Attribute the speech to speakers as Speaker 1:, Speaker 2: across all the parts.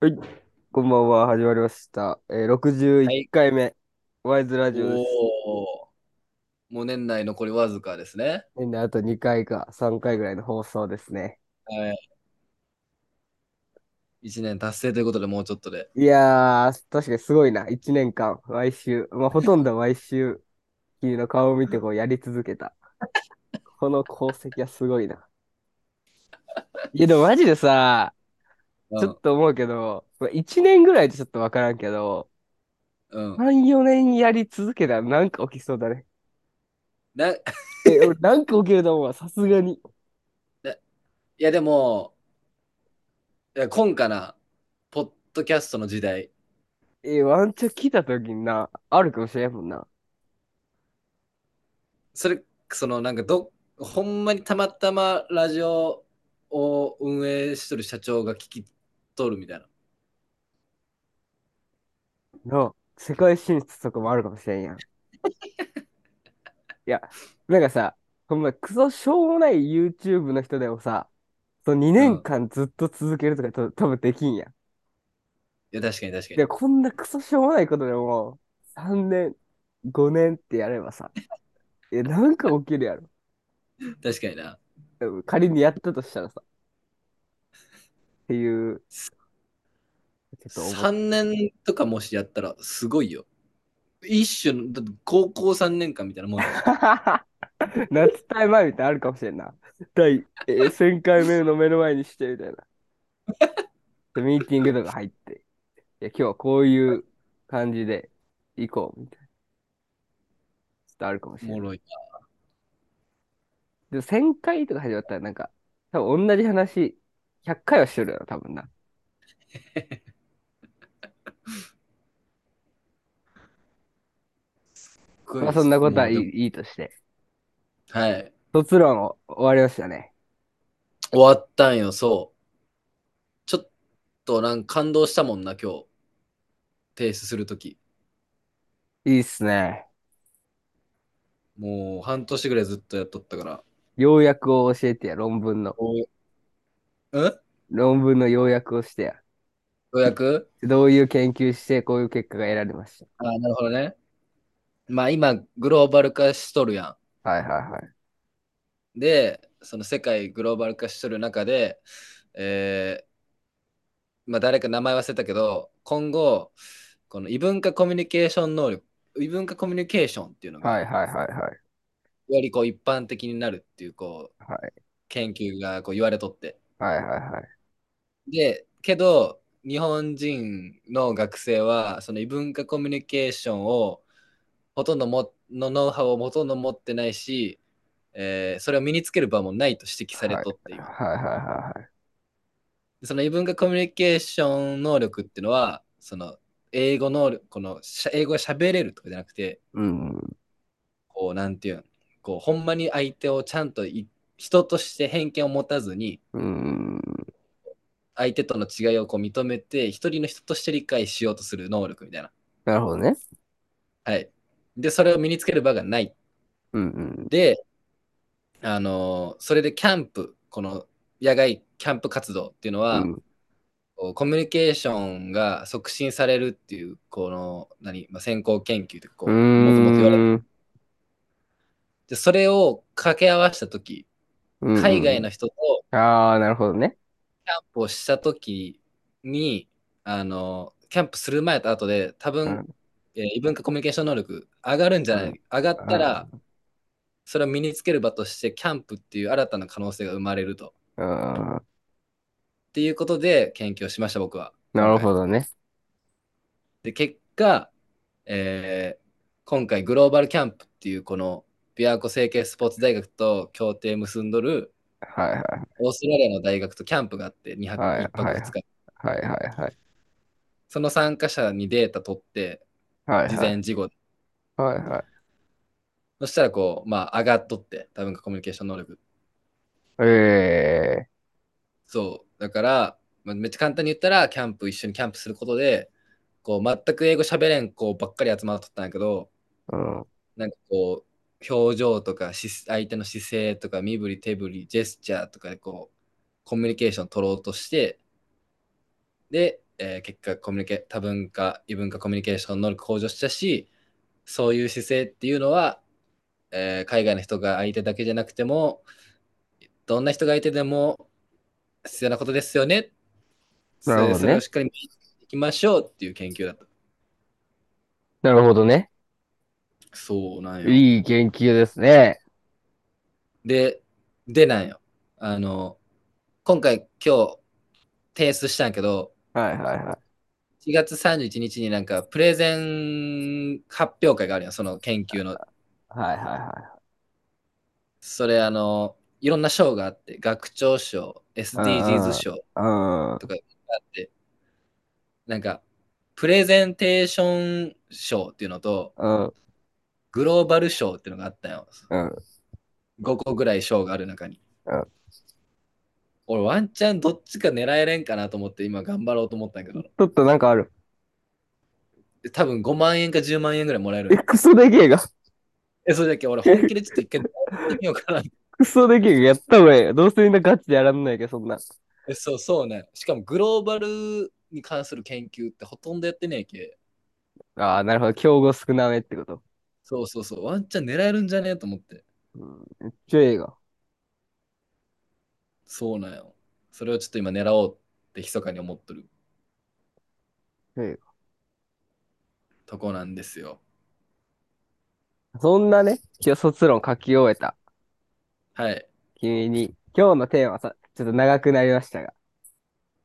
Speaker 1: はい、こんばんは、始まりました。えー、61
Speaker 2: はい。
Speaker 1: 回目、ワイズラジオです。
Speaker 2: おお、もう年内残りわずかですね。
Speaker 1: えーあと2回か3回ぐらいの放送ですね。
Speaker 2: はい。1年達成ということで、もうちょっとで。
Speaker 1: いやー、確かにすごいな、1年間、毎週、まあ、ほとんど毎週、君の顔を見て こうやり続けた。この功績はすごいな。いや、でもマジでさ、
Speaker 2: う
Speaker 1: ちょっ
Speaker 2: ん、
Speaker 1: と思うけど、まあ、1年ぐらいじゃちょっとわからんけど、
Speaker 2: うん。
Speaker 1: 3、4年やり続けたらなんか起きそうだね。
Speaker 2: な、
Speaker 1: え、俺なんか起きると思うわ、さすがに。
Speaker 2: ないや、でも、いや今かな、ポッドキャストの時代。
Speaker 1: えーワンチャン来た時にな、あるかもしれんもんな。
Speaker 2: それ、その、なんかど、ほんまにたまたまラジオを運営しとる社長が聞き取るみたいな。
Speaker 1: の世界進出とかもあるかもしれんやん。いや、なんかさ、ほんまクソしょうもない YouTube の人でもさ、その2
Speaker 2: うん。
Speaker 1: 年間ずっと続けるとかと多分できんやん。
Speaker 2: いや、確かに確か
Speaker 1: で、
Speaker 2: に。
Speaker 1: こんなクソしょうもないことでも3年、5年ってやればさ、いや、なんか起きるやろ。
Speaker 2: 確かにな。
Speaker 1: でも仮にやったとしたらさ、っていう、ちょっと思っ
Speaker 2: 3年とかもしやったらすごいよ。一種の、だって高校3年間みたいなもんやろ。
Speaker 1: た。夏タイ前みたいなのあるかもしれんな。第、えー1000回目の目の前にしてみたいな。でミーティングとか入って。いや、今日はこういう感じで行こうみたいな、ちょっとあるかも
Speaker 2: お
Speaker 1: しれ
Speaker 2: も
Speaker 1: ない。
Speaker 2: ろい
Speaker 1: でも1000回とか始まったらなんか、多分同じ話、100回はしてるよ、多分な。
Speaker 2: な。す ご
Speaker 1: まあ
Speaker 2: いっ
Speaker 1: そんな
Speaker 2: す。
Speaker 1: ことは
Speaker 2: もう
Speaker 1: い
Speaker 2: でも、
Speaker 1: い、いいとして。
Speaker 2: はい。
Speaker 1: 卒論を終わりましたね。
Speaker 2: 終わったんよ、そう。ちょっとなんか感動したもんな、今日。提出するとき。
Speaker 1: いいっすね。
Speaker 2: もう半年ぐらいずっとやっとったから。
Speaker 1: 要約を教えてや、論文の。
Speaker 2: おうん
Speaker 1: 論文の要約をしてや。
Speaker 2: 予約
Speaker 1: どういう研究して、こういう結果が得られまし
Speaker 2: ああ、なるほどね。まあ今、グローバル化しとるや
Speaker 1: た。はいはいはい。
Speaker 2: ん。で、その世界グローバル化しとる中で、えーまあ、誰か名前忘れたけど、今後、この異文化コミュニケーション能力、異文化コミュニケーションっていうの
Speaker 1: は
Speaker 2: が、
Speaker 1: いはいはいはい。
Speaker 2: よりこう一般的になるっていう、こう、
Speaker 1: はい
Speaker 2: 研究がこう言われとって。
Speaker 1: はいはいはい。
Speaker 2: で、けど、日本人の学生は、その異文化コミュニケーションを、ほとんども、のノウハウをほとんど持ってないし、えーそれを身につける場もないと指摘され
Speaker 1: はい
Speaker 2: とって今。
Speaker 1: はいはいはい。
Speaker 2: でその異文化コミュニケーション能力っていうのは、その英語能力、このしゃ英語が喋れるとかじゃなくて、
Speaker 1: うん。
Speaker 2: こう、なんていうん、こう、ほんまに相手をちゃんとい人として偏見を持たずに、
Speaker 1: うん。
Speaker 2: 相手との違いをこう認めて、一人の人として理解しようとする能力みたいな。
Speaker 1: なるほどね。
Speaker 2: はい。で、それを身につける場がない。
Speaker 1: うんうん
Speaker 2: で、あのーそれでキャンプ、この野外キャンプ活動っていうの
Speaker 1: う
Speaker 2: は、
Speaker 1: ん。
Speaker 2: こうコミュニケーションが促進されるっていう、この、何、まあ、先行研究というか、
Speaker 1: う
Speaker 2: こう、もともと言われて
Speaker 1: ーん。
Speaker 2: で、それを掛け合わせたとき、
Speaker 1: う
Speaker 2: 海
Speaker 1: んう
Speaker 2: 外
Speaker 1: ん
Speaker 2: の人と
Speaker 1: うん。ああ、なるほどね。
Speaker 2: キャンプをしたときに、あの、キャンプする前と後で、多
Speaker 1: う
Speaker 2: 分、
Speaker 1: ん。
Speaker 2: えー異文化コミュニケーション能力上がるんじゃ
Speaker 1: う。
Speaker 2: なんい上がったら、
Speaker 1: う
Speaker 2: それを身につける場として、キャンプっていう新たな可能性が生まれると。
Speaker 1: ん。うん
Speaker 2: っていうことで、研究をしました、僕は、
Speaker 1: な
Speaker 2: 今
Speaker 1: る
Speaker 2: 回。
Speaker 1: ほどね。
Speaker 2: で、結果、えー今回、グローバルキャンプっていう、この、琵琶湖成形スポーツ大学と協定結んどる、
Speaker 1: はいはい
Speaker 2: オーストラリアの大学とキャンプがあって、2
Speaker 1: はい
Speaker 2: 泊、1
Speaker 1: は
Speaker 2: 泊
Speaker 1: い
Speaker 2: 2日。
Speaker 1: はいはいはい
Speaker 2: その参加者にデータ取って、
Speaker 1: はい
Speaker 2: 事
Speaker 1: はい
Speaker 2: 前事後で。
Speaker 1: はいは
Speaker 2: そしたら、こう、まあ、上がっとって、多文化コミュニケーション能力。
Speaker 1: い。ええ。
Speaker 2: そう。だから、まあ、めっちゃ簡単に言ったら、キャンプ、一緒にキャンプすることで、こう、全く英語喋れん子ばっかり集まっとったんやけど、
Speaker 1: うん。
Speaker 2: なんかこう、表情とかし、相手の姿勢とか、身振り手振り、ジェスチャーとかでこう、コミュニケーション取ろうとして、で、えー結果コミュニケ多文化異文化コミュニケーション能力向上したしそういう姿勢っていうのは、えー海外の人が相手だけじゃなくてもどんな人が相手でも必要なことですよね
Speaker 1: なるほどね
Speaker 2: それそれをしっかり見ていきましょうっていう研究だった
Speaker 1: なるほどね。
Speaker 2: そうなんよ
Speaker 1: いい研究ですね。
Speaker 2: で、でなんよ。あの、今回今日提出したんやけど、
Speaker 1: はいはいはい。
Speaker 2: 4月31日になんかプレゼン発表会があるやん、その研究の。
Speaker 1: はいはいは
Speaker 2: それあの、いろんな賞があって、学長賞、SDGs 賞
Speaker 1: い。うん。
Speaker 2: があって、なんか、プレゼンテーション賞っていうのと、
Speaker 1: うん。
Speaker 2: グローバル賞っていうのがあったんよ。
Speaker 1: うん。
Speaker 2: 5個ぐらい賞がある中に。
Speaker 1: うん
Speaker 2: 俺、ワンチャンどっちか狙えれんかなと思って、今頑張ろうと思ったんやけど、
Speaker 1: ちょっとなんかある。
Speaker 2: 多分5万円か10万円ぐらいもらえ
Speaker 1: え、
Speaker 2: る。
Speaker 1: クソでけえが。
Speaker 2: え、それだけ俺、本気でちょっと一回やってみようかな。
Speaker 1: クソでけえがやった方がええよ。どうせみんなガチでやらんないけど、そんな。
Speaker 2: えそうそうね。しかもグローバルに関する研究ってほとんどやってねえけ。
Speaker 1: ああ、なるほど。競合少なめってこと。
Speaker 2: そうそうそう。ワンチャン狙えるんじゃねえと思って。
Speaker 1: うん。めっちゃええが。
Speaker 2: そうなんよ。それをちょっと今狙おうって密かに思っとる。
Speaker 1: ええ
Speaker 2: とこなんですよ。
Speaker 1: そんなね、今日卒論書き終えた
Speaker 2: はい。
Speaker 1: 君に、今日のテーマさ、ちょっと長くなりましたが、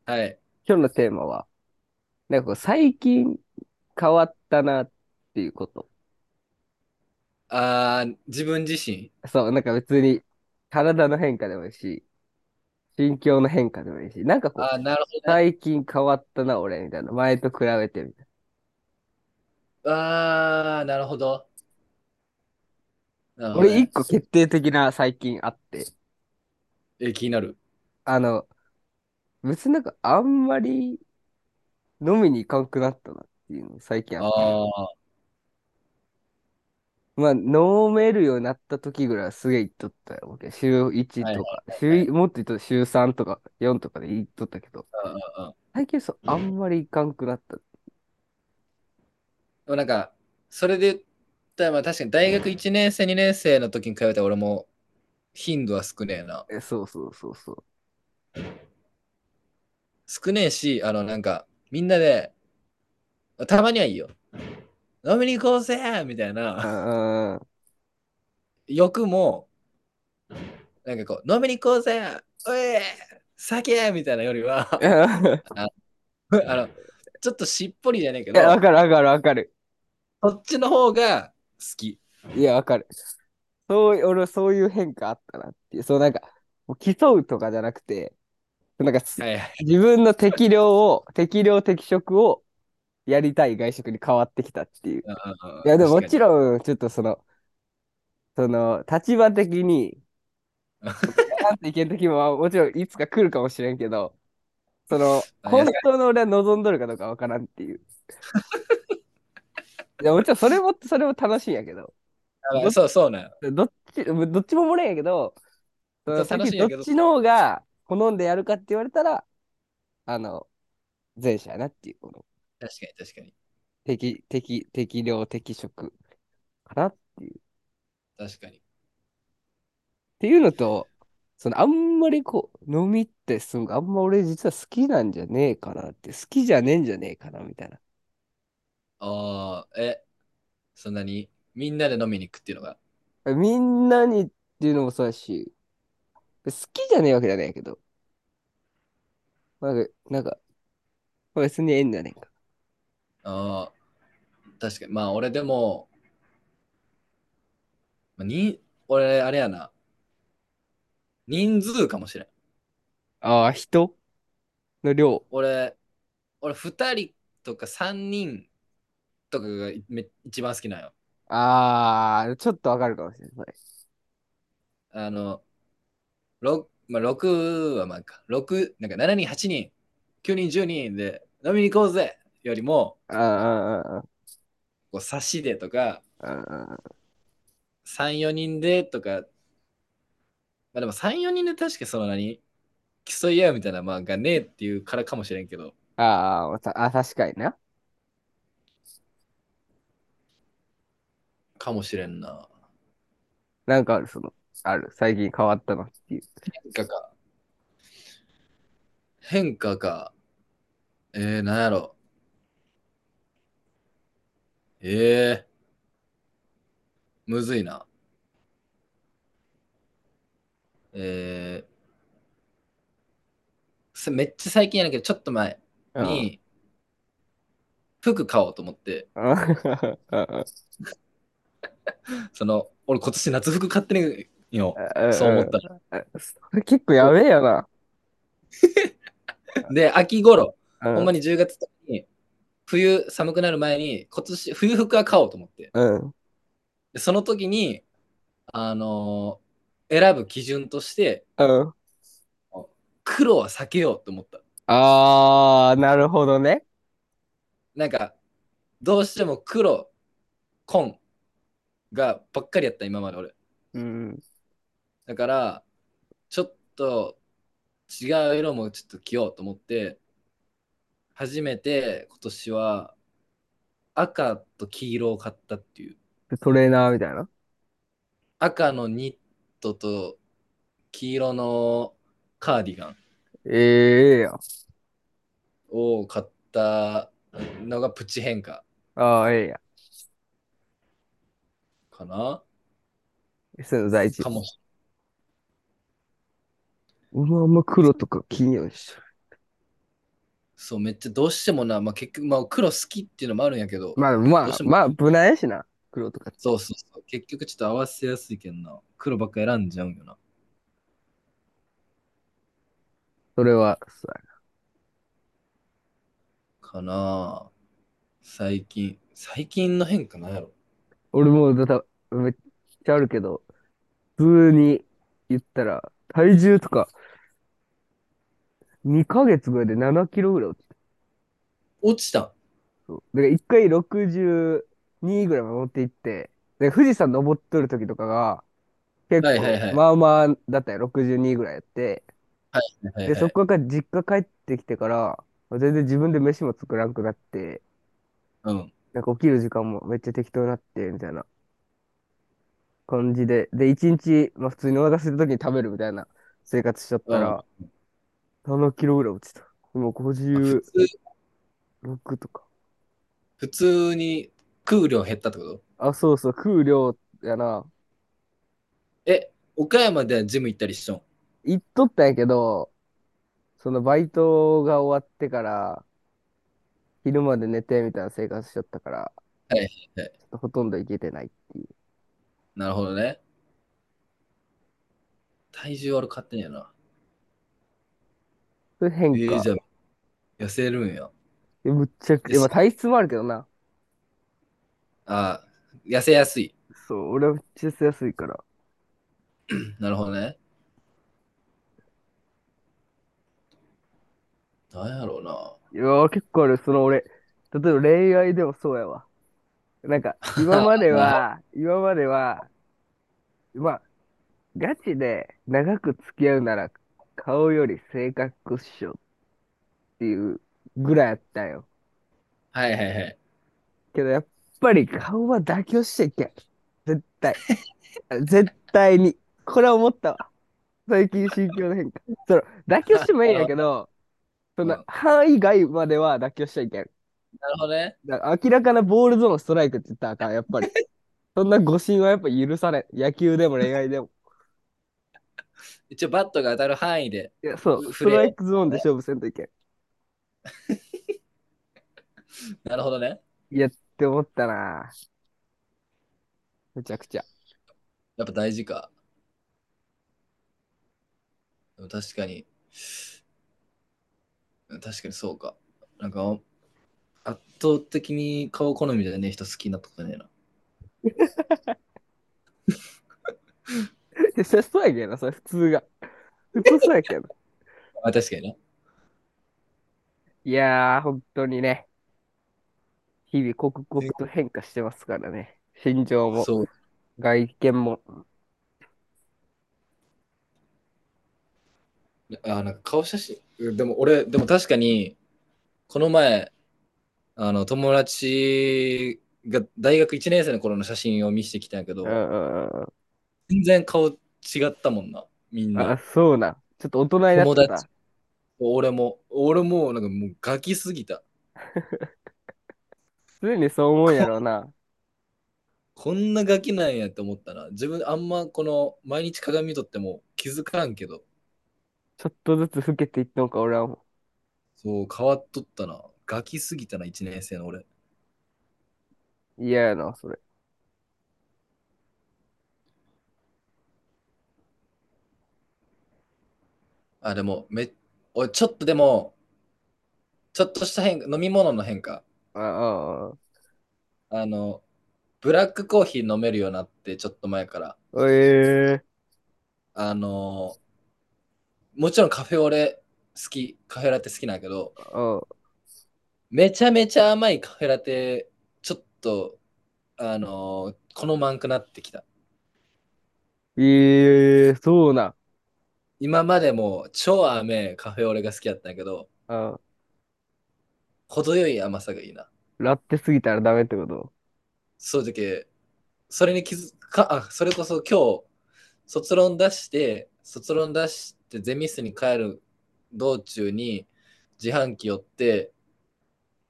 Speaker 2: はい。
Speaker 1: 今日のテーマは、なんかこう最近変わったなっていうこと。
Speaker 2: あー、自分自身。
Speaker 1: そう、なんか別に体の変化でもいいし、心境の変化でもいいし、なんかこう、
Speaker 2: あー、なるほど。
Speaker 1: 最近変わったな、俺、みたいな。前と比べてみたい
Speaker 2: ああ、なるほど。な
Speaker 1: な。
Speaker 2: るほどね
Speaker 1: 俺、一個決定的な最近あって、
Speaker 2: え、気になる。
Speaker 1: あの、別になんかあんまり飲みに行かんくなったなっていうの、最近あって。
Speaker 2: ああ、
Speaker 1: まあ、飲めるようになった時ぐらいはすげえ行っとったよ。僕週1とか、週い、もっと言っと週3とか4とかで行っとったけど、
Speaker 2: うんうんうん。
Speaker 1: 最近そう、あんまり行かんくなった。
Speaker 2: でもなんか、それで言ったら、まあ確かに大学1年生、2年生の時に通ったら俺も頻度は少ねえな。
Speaker 1: え、そうそうそうそう。
Speaker 2: 少ねえし、あの、なんか、みんなで、たまにはいいよ。飲みに行こうぜみたいな、
Speaker 1: あ
Speaker 2: 欲も、なんかこう、飲みに行こうぜおい酒みたいなよりは、
Speaker 1: あー。
Speaker 2: あの、ちょっとしっぽりじゃねえけ
Speaker 1: い
Speaker 2: ど、
Speaker 1: や、わかるわかるわかる。
Speaker 2: こっちの方が好き。
Speaker 1: いや、わかる。そう、俺、そういう変化あったなっていう。そう、なんか、もう競うとかじゃなくて、なんかす、
Speaker 2: はいはい。
Speaker 1: 自分の適量を、適量適食をやりたい外食に変わってきたっていう。いや、でももち
Speaker 2: ろん。
Speaker 1: ろん、ちょっとその、その、立場的 に、なんていけん時も、もちろんいつか来るかもしれんけど、その、
Speaker 2: あ
Speaker 1: 本当の俺は望んどるかどうかわからんって いう。いや、もちろんそれも、それも楽しいんやけど、
Speaker 2: あそうそうなんよ。
Speaker 1: どっち、どっちももろいんやけど、その
Speaker 2: そう楽しいん
Speaker 1: ど
Speaker 2: や
Speaker 1: っ
Speaker 2: けど
Speaker 1: ちの方が好んでやるかって言われたら、あの、前者やなっていう、この、
Speaker 2: 確かに確かに。
Speaker 1: 適、適、適量適食かなっていう。
Speaker 2: 確かに。
Speaker 1: っていうのと、そのあんまりこう、飲みってすごく、あんま俺実は好きなんじゃねえかなって、好きじゃねえんじゃねえかなみたいな。
Speaker 2: ああ、え、そんなにみんなで飲みに行くっていうのが。
Speaker 1: みんなにっていうのもそうだし、好きじゃねえわけじゃないけど、なんか、なんか、別にええんじゃねえか。
Speaker 2: ああ、確かに。まあ俺でも、まあに俺あれやな。人数かもしれん。
Speaker 1: ああ、人の量。
Speaker 2: 俺、俺2人とか3人とかがめ一番好きなんよ。
Speaker 1: ああ、ちょっとわかるかもしれない。それ
Speaker 2: あの、ろまあ、6はまあか、6、なんか7人、8人、9人、10人で飲みに行こうぜよりも、
Speaker 1: ああ、あ
Speaker 2: こう差しでとか、
Speaker 1: あ、ああ、ああ。
Speaker 2: 3、4人でとか、まあでも3、4人で確かその何、競い合うみたいな、まあがねえっていうからかもしれんけど、
Speaker 1: ああ、たあ、確かにな。
Speaker 2: かもしれんな。
Speaker 1: なんかある、その、ある。最近変わったなっていう。
Speaker 2: 変化か。変化か。えー、なんやろ。えー、むずいな。えー、せめっちゃ最近やねんけど、ちょっと前
Speaker 1: うん。
Speaker 2: に服買おうと思って、
Speaker 1: う
Speaker 2: その、俺今年夏服買ってるんよ。 そう思っ
Speaker 1: ん。
Speaker 2: たら。
Speaker 1: それ結構やべえよな。
Speaker 2: で、秋頃、
Speaker 1: う
Speaker 2: ほんま
Speaker 1: ん。
Speaker 2: に10月とかに、冬寒くなる前に、今年、冬服は買おうと思って。
Speaker 1: うん。
Speaker 2: でその時に、あのー選ぶ基準として、
Speaker 1: うん。
Speaker 2: 黒は避けようと思った。
Speaker 1: ああ、なるほどね。
Speaker 2: なんか、どうしても黒、紺がばっかりやった、今まで俺。
Speaker 1: うん。
Speaker 2: だから、ちょっと違う色もちょっと着ようと思って、初めて今年は赤と黄色を買ったっていう。
Speaker 1: トレーナーみたいな。
Speaker 2: 赤のニットと黄色のカーディガン
Speaker 1: ええやん。
Speaker 2: を買ったのがプチ変化
Speaker 1: ああ、ええや
Speaker 2: かな。
Speaker 1: ん。そういうの大事。
Speaker 2: かもし
Speaker 1: 俺もあんま黒とか気にはしちゃ
Speaker 2: そう、めっちゃどうしてもな、まあ、結局、まあ、黒好きっていうのもあるんやけど、
Speaker 1: う。まあ、
Speaker 2: どう
Speaker 1: ま
Speaker 2: し
Speaker 1: あ、
Speaker 2: ても、
Speaker 1: まあ、無難やしな。黒とか。
Speaker 2: そうそうそう、結局ちょっと合わせやすいけんな。黒ばっか選んじゃうんよな。
Speaker 1: それは、そうや
Speaker 2: かなあ最近、最近の変化なんやろ。
Speaker 1: 俺もう、だた、めっちゃあるけど、普通に言ったら、体重とか2ヶ月ぐらいで7キロぐらい落ちた。
Speaker 2: 落ちたん
Speaker 1: そうだから一回62ぐらいまで持っていって、で、富士山登っとる時とかが、結
Speaker 2: はいはい
Speaker 1: 構、
Speaker 2: はい。
Speaker 1: まあまあだったよ。62ぐらいやって。
Speaker 2: はい
Speaker 1: で、
Speaker 2: は
Speaker 1: そ
Speaker 2: い。
Speaker 1: こから実家帰ってきてから、全然自分で飯も作らんくなって、
Speaker 2: うん。
Speaker 1: なんか起きる時間もめっちゃ適当になって、みたいな感じで。で、一日、まあ普通にお腹空いた時に食べるみたいな生活しちゃった
Speaker 2: うん。
Speaker 1: ら、7キロぐらい落ちた。今
Speaker 2: あ普通、
Speaker 1: 56とか。
Speaker 2: 普通に食う量減ったってこと
Speaker 1: あ、そうそう、食う量やな。
Speaker 2: え、岡山ではジム行ったりしとん
Speaker 1: 行っとったんやけど、そのバイトが終わってから、昼まで寝てみたいな生活しちゃったから、
Speaker 2: はいはいはい。
Speaker 1: ちょっとほとんど行けてないっていう。
Speaker 2: なるほどね。体重は俺買ってんやな。
Speaker 1: そういう変
Speaker 2: えー、
Speaker 1: 化。
Speaker 2: じゃあ痩せるんや。
Speaker 1: えむっちゃく
Speaker 2: え、
Speaker 1: ちゃ、まあ
Speaker 2: そ
Speaker 1: 体質もあるけどな。
Speaker 2: あー、痩せやすい。
Speaker 1: そう、俺はめっちゃ痩せやすいから。
Speaker 2: なるほどね。なんやろうな。
Speaker 1: いやー、結構ある。その俺、例えば恋愛でもそうやわ。なんか、今 まで
Speaker 2: なるほ
Speaker 1: は、今までは、まあ、ガチで長く付き合うなら、顔より性格っしょっていうぐらいやったんよ。
Speaker 2: ど。はいはいはい。
Speaker 1: けど、やっぱり顔は妥協しちゃいけん。絶 対。絶対に。これは思ったわ。最近心境の変化。その、妥協してもいいん
Speaker 2: な
Speaker 1: やけ
Speaker 2: るほ
Speaker 1: ど、そ
Speaker 2: ど。
Speaker 1: ん
Speaker 2: う。
Speaker 1: なん範囲外までは妥協しちゃいけん。
Speaker 2: なるほどね。
Speaker 1: だから明らかなボールゾーンストライクって言ったらあかん、やっ ぱり。そんな誤審はやっぱ許されん。野球でも恋愛でも。
Speaker 2: 一応バットが当たる範囲で
Speaker 1: いや、そう、
Speaker 2: ふ
Speaker 1: ス
Speaker 2: 触
Speaker 1: ト
Speaker 2: れ
Speaker 1: ラ
Speaker 2: よ
Speaker 1: イクゾーンで勝負せんといけん。
Speaker 2: う。なるほどね。
Speaker 1: いや、って思ったな。めちゃくちゃ。
Speaker 2: やっぱ大事か。でも確かに、確かにそうか。なんか、圧倒的に顔好みじゃねえ人好きになったことねえな。
Speaker 1: いや、そりゃそうやけどな、それ普通が。普通そうやけどな。
Speaker 2: あ、確かにね。
Speaker 1: いやー、本当にね、日々刻々と変化してますからね。心情も、
Speaker 2: そう。
Speaker 1: 外見も。
Speaker 2: あ、なんか顔写真。でも俺、でも確かに、この前、あの、友達が大学1年生の頃の写真を見せてきたんやけど
Speaker 1: う、んうんうん
Speaker 2: 全然顔違ったもんな、みん
Speaker 1: うん。あ、
Speaker 2: な。
Speaker 1: そうなん。ちょっと大人になって
Speaker 2: 友
Speaker 1: た
Speaker 2: 達。俺も、俺も、なんかもうガキすぎた。
Speaker 1: すでにそう思うんやろうな。
Speaker 2: こんなガキなんやって思ったな。自分あんまこの毎日鏡撮っても気づかんけど、
Speaker 1: ちょっとずつ老けていったのか、俺はも
Speaker 2: そう変わっとったな。ガキすぎたな、1年生の俺。
Speaker 1: う。嫌やな、それ。
Speaker 2: あ、でも、め、俺ちょっとでも、ちょっとした変化、飲み物の変化。
Speaker 1: ああ、あ
Speaker 2: あの、ブラックコーヒー飲めるようになって、ちょっと前から。
Speaker 1: あええ
Speaker 2: あの、もちろんカフェオレ好き、カフェラテ好きなんやけど、
Speaker 1: うん
Speaker 2: めちゃめちゃ甘いカフェラテ、ちょっと、あの、好まんくなってきた。
Speaker 1: ええそうなん。
Speaker 2: 今までも超甘いカフェオレが好きやったんやけど、
Speaker 1: うん。
Speaker 2: 程よい甘さがいいな。
Speaker 1: ラッテすぎたらダメってこと
Speaker 2: そうじゃけ、それに気づか、あ、それこそ今日、卒論出して、卒論出してゼミ室に帰る道中に自販機寄って、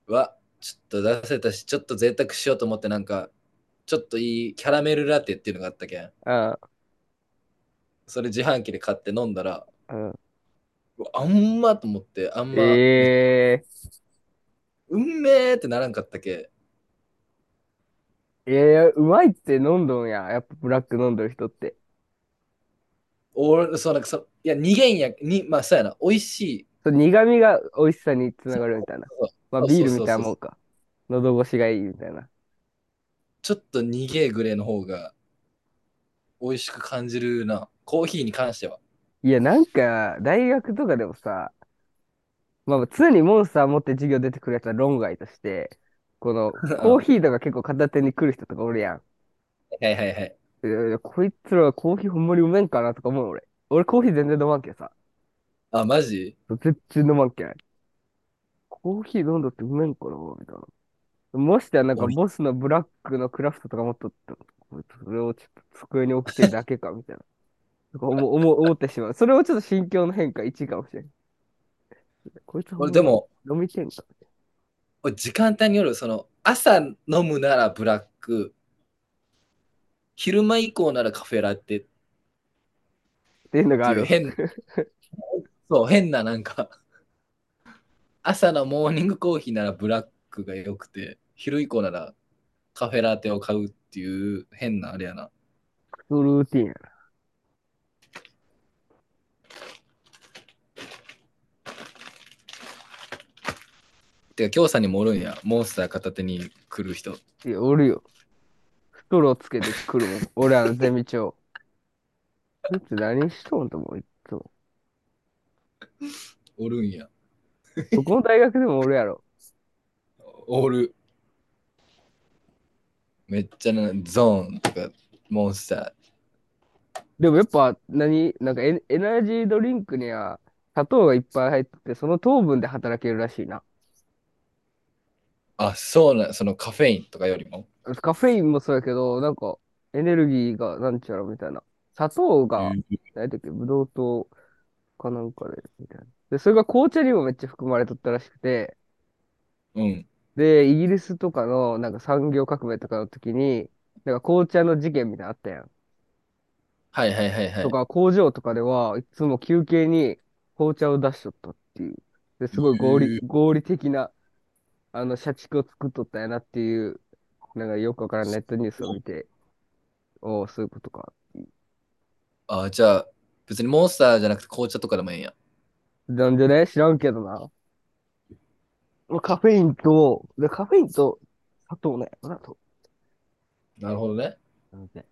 Speaker 2: うわ、ちょっと出せたし、ちょっと贅沢しようと思ってなんか、ちょっといいキャラメルラテっていうのがあったけん。
Speaker 1: うん。
Speaker 2: それ自販機で買って飲んだら、
Speaker 1: うん。
Speaker 2: うわあんまと思って、あんま、
Speaker 1: ええ
Speaker 2: うんめーってならんかったけ。
Speaker 1: ええうまいって飲んどんや。やっぱブラック飲んどる人って。
Speaker 2: 俺、そうなんかそ、いや、逃げんや、に、まあ、そうやな、美味しい。
Speaker 1: そう苦味が美味しさにつながるみたいな。
Speaker 2: そう
Speaker 1: まあ、
Speaker 2: そう
Speaker 1: ビー
Speaker 2: そう
Speaker 1: ルみたいなもんか。喉越しがいいみたいな。
Speaker 2: ちょっと逃げぐらいの方が、美味しく感じるな。コーヒーに関しては。
Speaker 1: いや、なんか、大学とかでもさ、まあ、常にモンスター持って授業出てくるやつは論外として、こ の、コーヒーとか結構片手に来る人とかおるやん。
Speaker 2: はいはいはい。
Speaker 1: いやいやこいつらコーヒーほんまにうめんかなとか思う俺。俺コーヒー全然飲まんけどさ。
Speaker 2: あ、マジ
Speaker 1: 全然飲まんけん。コーヒー飲んだってうめんかなみたいな。もしやなんか
Speaker 2: 俺
Speaker 1: ボスのブラックのクラフトとか持っとったらこいつそれをちょっと机に置くてるだけかみたいな。とか思う思う思ってしまう。それをちょっと心境の変化1かもしれん。こいつほんま
Speaker 2: 俺でも、
Speaker 1: 飲みてんか。
Speaker 2: 俺時間帯による、その、朝飲むならブラック、昼間以降ならカフェラテって
Speaker 1: っていうのがあ
Speaker 2: いう
Speaker 1: る。
Speaker 2: 変、そう、変ななんか、朝のモーニングコーヒーならブラックが良くて、昼以降ならカフェラテを買うっていう変なあれやな。
Speaker 1: そルーティンやな。
Speaker 2: てか、京さんにもおるんや。モンスター片手に来る人。
Speaker 1: いや、おるよ。ストローつけてくるもん。俺あのゼミ長。こいつ何しとんと思ういっつも。
Speaker 2: おるんや。
Speaker 1: どこの大学でもおるやろ。
Speaker 2: おる。めっちゃな、ゾーンとか、モンスター。
Speaker 1: でもやっぱ何、なんかエエナジードリンクには砂糖がいっぱい入ってて、その糖分で働けるらしいな。
Speaker 2: あ、そうなん、そのカフェインとかよりも。
Speaker 1: カフェインもそうやけど、なんかエネルギーがなんちゃらみたいな。砂糖が、何やったっけ、ブドウ糖かなんかで、みたいな。で、それが紅茶にもめっちゃ含まれとったらしくて、
Speaker 2: うん。
Speaker 1: で、イギリスとかのなんか産業革命とかの時に、なんか紅茶の事件みたいなのあったやん。
Speaker 2: はいはいはいはい
Speaker 1: と。か工場とかではいつも休憩に紅茶を出しとったっていう。で、すごい合理、
Speaker 2: へ
Speaker 1: 合理的な、あの、社畜を作っとったやなっていう、なんかよくわからんネットニュースを見て、おお、そういうことか。
Speaker 2: あ、じゃあ、別にモンスターじゃなくて紅茶とかでもいいんや。
Speaker 1: なんでね、知らんけどな。まあカフェインと、で、カフェインと砂糖ね、砂糖。
Speaker 2: なるほどね。
Speaker 1: なんで。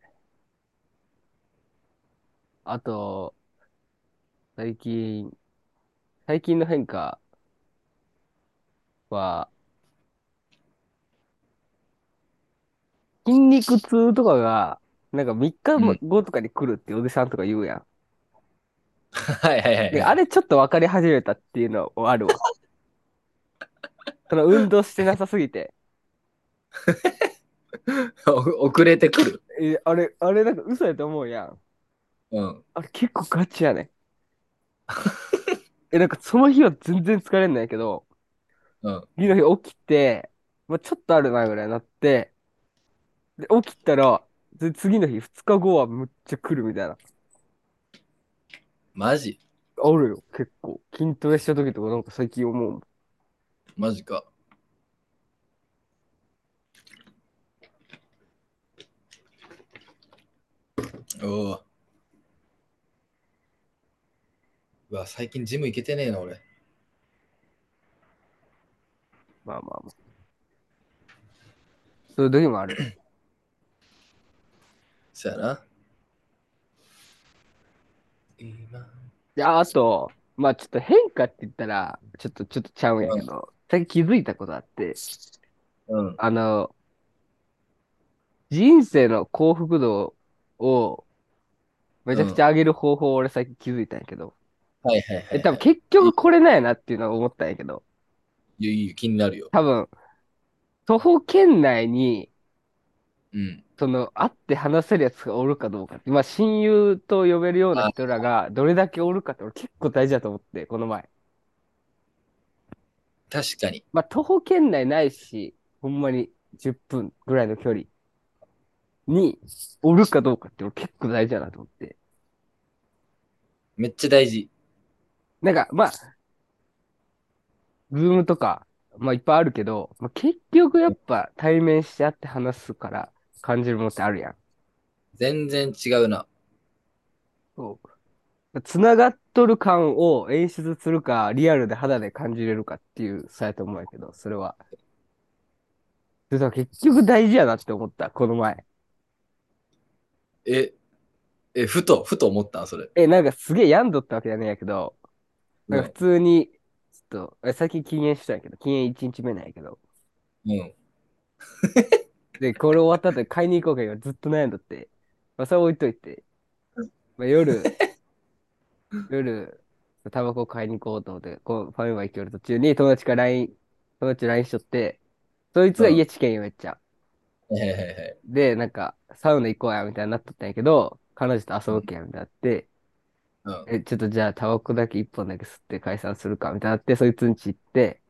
Speaker 1: あと、最近、最近の変化は、筋肉痛とかが、なんか3日も後とかに来るっておじさんとか言うやん。
Speaker 2: はいはいはいはい。
Speaker 1: であれちょっと分かり始めたっていうのはあるわ。その運動してなさすぎて。
Speaker 2: お遅れてくる。
Speaker 1: え、あれ、あれなんか嘘やと思うやん。
Speaker 2: うん。
Speaker 1: あれ結構ガチやね。 え、なんかその日は全然疲れんないけど、
Speaker 2: うん。
Speaker 1: 次の日起きて、まあ、ちょっとあるなぐらいになって、で、起きたら、で次の日2日後はむっちゃ来るみたいな。
Speaker 2: マジ
Speaker 1: あるよ、結構。筋トレした時とかなんか最近思うもん。
Speaker 2: マジか。おお。うわ、最近ジム行けてねえな、俺。
Speaker 1: まあまあまあ。そういう時もある。
Speaker 2: そやな。今。
Speaker 1: いや、あと、まあちょっと変化って言ったら、ちょっと、ちょっとちゃうんやけど、最近気づいたことあって、
Speaker 2: うん。
Speaker 1: あの、人生の幸福度をめちゃくちゃ上げる方法を俺最近気づいたんやけど、
Speaker 2: はいはいはい。
Speaker 1: え、多分結局これなんやなっていうのを思ったんやけど、
Speaker 2: いいよ気になるよ。
Speaker 1: 多分、徒歩圏内に、
Speaker 2: うん。
Speaker 1: その、会って話せるやつがおるかどうかって、まあ親友と呼べるような人らがどれだけおるかって俺結構大事だと思って、この前。
Speaker 2: 確かに。
Speaker 1: まあ、徒歩圏内ないし、ほんまに10分ぐらいの距離におるかどうかって俺結構大事だなと思って。
Speaker 2: めっちゃ大事。
Speaker 1: なんか、まあ、ズームとか、まあいっぱいあるけど、まあ、結局やっぱ対面して会って話すから感じるものってあるやん。
Speaker 2: 全然違うな。
Speaker 1: そう。つながっとる感を演出するか、リアルで肌で感じれるかっていう差やと思うんやけど、それは。で、だから結局大事やなって思った、この前。
Speaker 2: え、え、ふと、ふと思ったんそれ。
Speaker 1: え、なんかすげえ病んどったわけじゃねえやけど、なんか普通に、ちょっと、え最近禁煙したんやけど、禁煙1日目なんやけど、
Speaker 2: うん。
Speaker 1: で、これ終わった後買いに行こうか今ずっと悩んどって、まあそれ置いといて、まあ 夜、夜、タバコ買いに行こうと思って、こうファミマ行きよる途中に友達から LINE、友達と LINE しとって、そいつが家近いよめっちゃ。
Speaker 2: はいはいはいはい。
Speaker 1: で、なんか、サウナ行こうや、みたいになっとったんやけど、彼女と遊ぶけや、みたいになって、
Speaker 2: うん。
Speaker 1: え、ちょっとじゃあ、タバコだけ一本だけ吸って解散するか、みたいになって、そいつんち行って、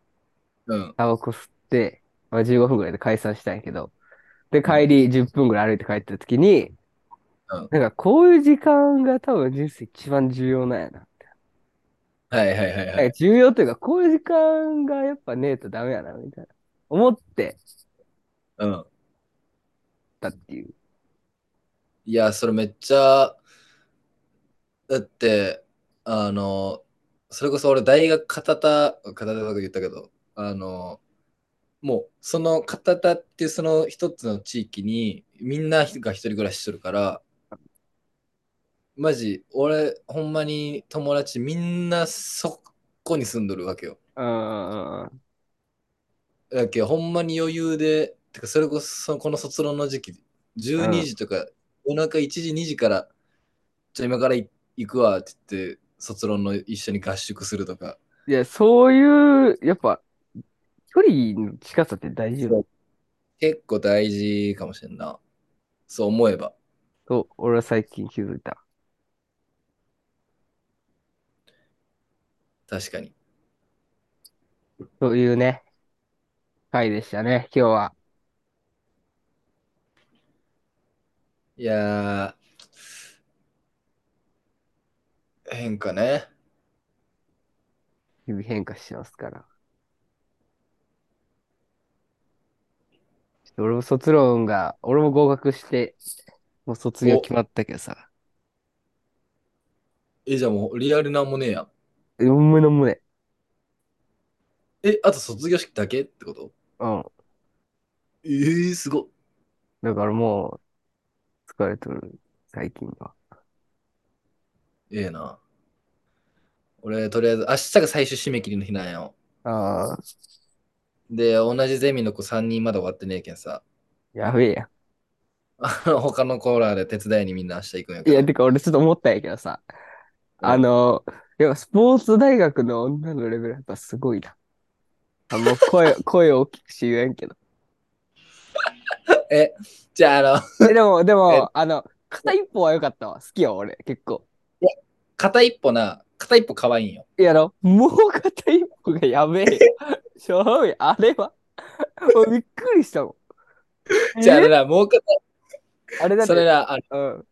Speaker 2: うん。
Speaker 1: タバコ吸って、まあ、15分ぐらいで解散したんやけど、で、帰り10分ぐらい歩いて帰った時に、
Speaker 2: うん
Speaker 1: なんかこういう時間が多分人生一番重要なんやな。
Speaker 2: はいはいはいは
Speaker 1: なん
Speaker 2: い。
Speaker 1: か重要というか、こういう時間がやっぱねえとダメやな、みたいな。思って
Speaker 2: うん。
Speaker 1: たっていう。
Speaker 2: いや、それめっちゃ、だって、あの、それこそ俺大学片田、片田とか言ったけど、あの、もうその片田っていうその一つの地域にみんなが一人暮らししてるから、マジ、俺ほんまに友達みんなそこに住んどるわけよ。
Speaker 1: うんうんうん
Speaker 2: だけどほんまに余裕で、てかそれこそこの卒論の時期、12時とか、夜中1時、2時から、じゃあ今からい行くわって言って、卒論の一緒に合宿するとか。
Speaker 1: いや、そういう、やっぱ、距離の近さって大事よ。
Speaker 2: 結構大事かもしれんな。そう思えば。
Speaker 1: と、俺は最近気づいた。
Speaker 2: 確かに。
Speaker 1: というね、回でしたね、今日は。
Speaker 2: いやー、変化ね。
Speaker 1: 日々変化してますから。ちょっと俺も卒論が、俺も合格して、もう卒業
Speaker 2: お
Speaker 1: 決まったけどさ。
Speaker 2: え、じゃあもうリアルなんもねえやん。
Speaker 1: え、ほんまなんもね。
Speaker 2: え、あと卒業式だけってこと
Speaker 1: うん。
Speaker 2: えー、すごっ。
Speaker 1: だからもう、疲れとる、最近は。
Speaker 2: ええな。俺、とりあえず、明日が最終締め切りの日なんよ。
Speaker 1: ああ、
Speaker 2: で、同じゼミの子3人まだ終わってねえけんさ。
Speaker 1: やべえや
Speaker 2: あの、他のコーラで手伝いにみんな明日行くんや
Speaker 1: ん。
Speaker 2: け
Speaker 1: い
Speaker 2: ど。
Speaker 1: や、てか俺ちょっと思ったんやけどさ。あの、やっぱスポーツ大学の女のレベルやっぱすごいな。あもう声、 声を大きくし言えんけど。
Speaker 2: え、じゃあ、あの、
Speaker 1: えでも、で
Speaker 2: え
Speaker 1: も、あの、片一方は良かったわ。好きよ、俺、結構。
Speaker 2: 片一歩な、片一歩可愛いんよ。
Speaker 1: いやろ、もう片一方がやべ えよ。正味、あれは。もうびっくりしたもん。
Speaker 2: じゃあ、あれ
Speaker 1: え
Speaker 2: ら、もう片
Speaker 1: あれだっ
Speaker 2: それ
Speaker 1: て、
Speaker 2: ら、あの
Speaker 1: うん。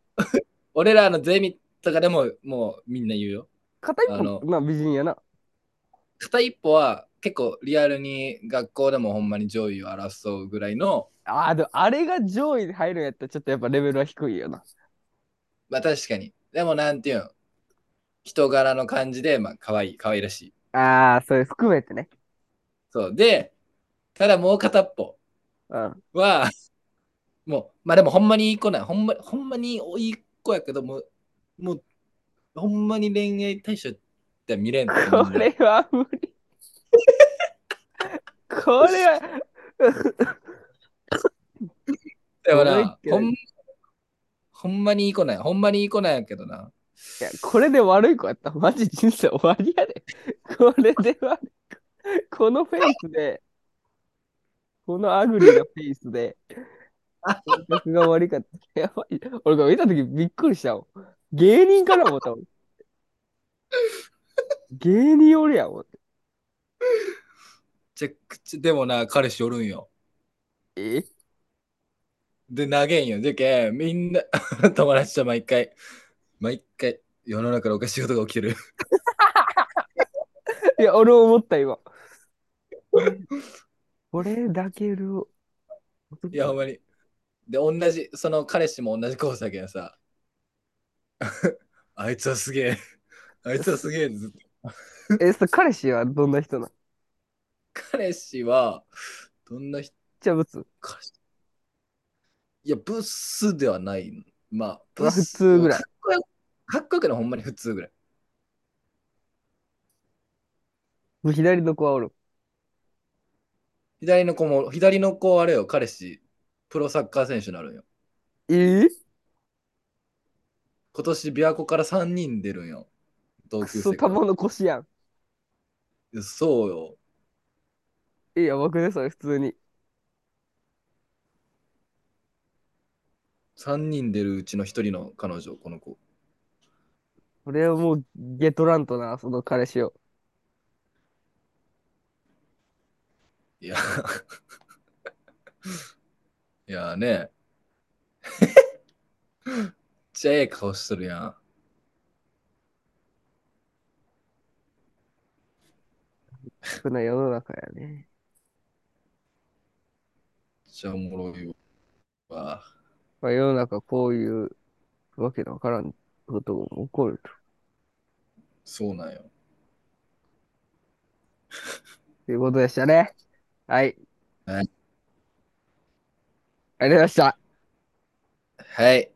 Speaker 2: 俺らのゼミとかでも、もうみんな言うよ。
Speaker 1: 片一
Speaker 2: あの
Speaker 1: 方、まあ美人やな。
Speaker 2: 片一歩は結構リアルに学校でもほんまに上位を争うぐらいの、
Speaker 1: ああ、でもあれが上位で入るんやったら、ちょっとやっぱレベルは低いよな。
Speaker 2: まあ確かに。でもなんていうの、人柄の感じで、まあ可愛い、可愛らしい。
Speaker 1: ああ、それ含めてね。
Speaker 2: そう。で、ただもう片っぽ
Speaker 1: うん。
Speaker 2: は、もう、まあでもほんまにいい子なん、ほんま、ほんまにいい子やけど、もう、もう、ほんまに恋愛対象って見れん。
Speaker 1: これは無 理。これは、
Speaker 2: だか
Speaker 1: どうい
Speaker 2: ら
Speaker 1: う、け
Speaker 2: ほんほんまにいい子なんや、ほんまにいい子なんやけどな。
Speaker 1: いや、これで悪い子やったらマジ人生終わりやで。これで悪い子。このフェイスで、このアグリなフェイスで、性格が悪かった。 やばい。俺が見たときびっくりしたもん。芸人かな思ったもん。芸人おるやん思って。
Speaker 2: めちゃくちゃ、でもな、彼氏おるんよ。
Speaker 1: え
Speaker 2: で、投げんよ。じゃけん、みんな、 友達と毎回、毎回、世の中でおかしいことが起きてる。
Speaker 1: いや、俺思った今。俺だける。
Speaker 2: いや、ほんまに。で、同じ、その彼氏も同じコースだけどさ、 あいつはすげえ、あいつはすげえ、ずっと。
Speaker 1: え、そ彼氏はどんな人なの
Speaker 2: 彼氏は、どんな人
Speaker 1: じゃあ、ぶつ。
Speaker 2: 彼氏いや、ブスではない。まあ、
Speaker 1: まあ普通ぐらい
Speaker 2: かっこよかっこよくない、ほんまに普通ぐらい。
Speaker 1: 左の子はおる。
Speaker 2: 左の子も、左の子はあれよ、彼氏、プロサッカー選手になるんよ。
Speaker 1: えー
Speaker 2: 今年、琵琶湖から3人出るんよ。同
Speaker 1: ク
Speaker 2: 級
Speaker 1: ソ
Speaker 2: 生から
Speaker 1: 玉の腰やん。
Speaker 2: いやそうよ。
Speaker 1: え、やばくねそれ普通に。
Speaker 2: 3人出るうちの1人の彼女、この子。
Speaker 1: これはもうゲトラントな、その彼氏を。
Speaker 2: いや、 いやね。 じゃあええ顔しとるやん。
Speaker 1: 少ない世の中やね。
Speaker 2: じゃあおもろいわ。
Speaker 1: まあ、世の中こういうわけのわからんことが起こると。
Speaker 2: そうなんよ。
Speaker 1: ということでしたね。はい。
Speaker 2: はい
Speaker 1: ありがとうございました。
Speaker 2: はい。